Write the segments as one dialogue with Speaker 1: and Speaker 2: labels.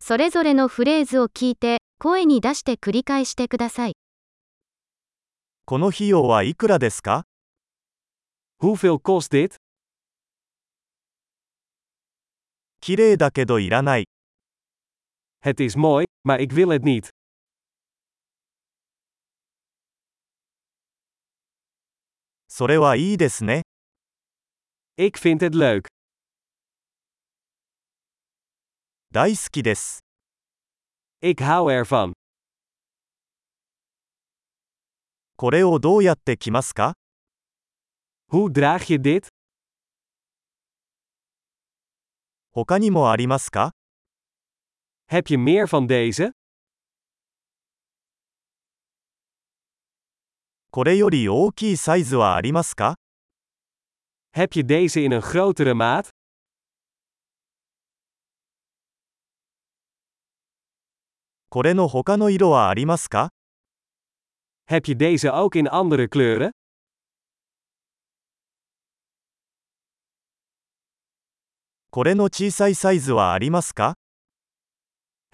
Speaker 1: それぞれのフレーズを聞いて、声に出して繰り返してください。
Speaker 2: この費用はいくらですか
Speaker 3: Hoeveel kost dit?
Speaker 2: 綺麗だけどいらない。
Speaker 3: Het is mooi, maar ik wil het niet.
Speaker 2: それはいいですね。
Speaker 3: Ik vind het leuk.
Speaker 2: 大好きです。
Speaker 3: Ik hou ervan.
Speaker 2: これをどうやって着ますか
Speaker 3: Hoe draag je dit?
Speaker 2: 他にもありますか
Speaker 3: Heb je meer van deze?
Speaker 2: これより大きいサイズはありますか
Speaker 3: Heb je deze in een grotere maat?
Speaker 2: これの他の色はありますか
Speaker 3: Heb je deze ook in andere kleuren?
Speaker 2: これの小さいサイズはありますか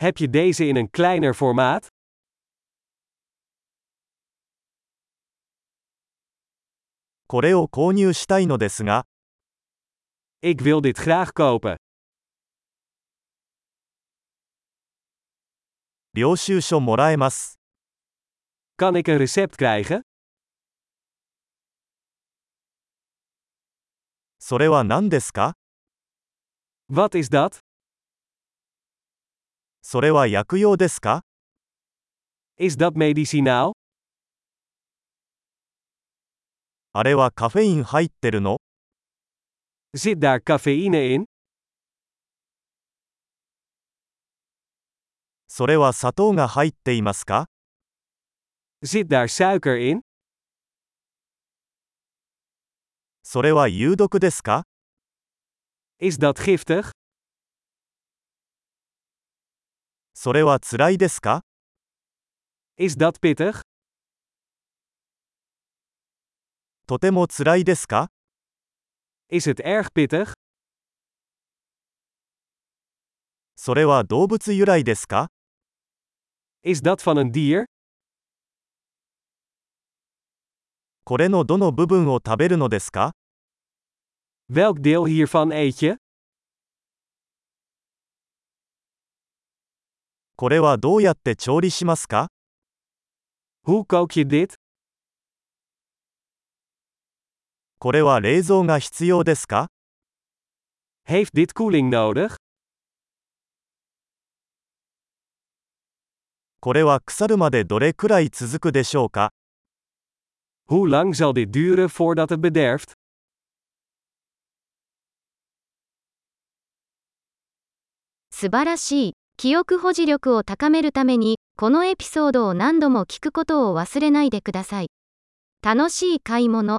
Speaker 3: Heb je deze in een kleiner formaat?
Speaker 2: これを購入したいのですが、
Speaker 3: Ik wil dit graag kopen.
Speaker 2: 領収書もらえます。
Speaker 3: Kan ik een recept krijgen?
Speaker 2: それは何ですか
Speaker 3: Wat is dat?
Speaker 2: それは薬用ですか
Speaker 3: Is dat medicinaal?
Speaker 2: あれはカフェイン入ってるの
Speaker 3: Zit daar cafeïne in?
Speaker 2: それは砂糖が入っていますか
Speaker 3: Zit daar suiker in?
Speaker 2: それは有毒ですか
Speaker 3: Is dat giftig?
Speaker 2: それは辛いですか
Speaker 3: Is dat pittig?
Speaker 2: とても辛いですか
Speaker 3: Is het erg pittig?
Speaker 2: それは動物由来ですか
Speaker 3: Is dat van een dier?
Speaker 2: これのどの部分を食べるのですか
Speaker 3: Welk deel hiervan eet je?
Speaker 2: これはどうやって調理しますか
Speaker 3: Hoe kook je dit?
Speaker 2: これは冷蔵が必要ですか
Speaker 3: Heeft dit koeling nodig?
Speaker 2: これは腐るまでどれくらい続くでしょうか
Speaker 3: Hoe lang zal dit duren voordat het bederft?
Speaker 1: 素晴らしい。記憶保持力を高めるために、このエピソードを何度も聞くことを忘れないでください。楽しい買い物。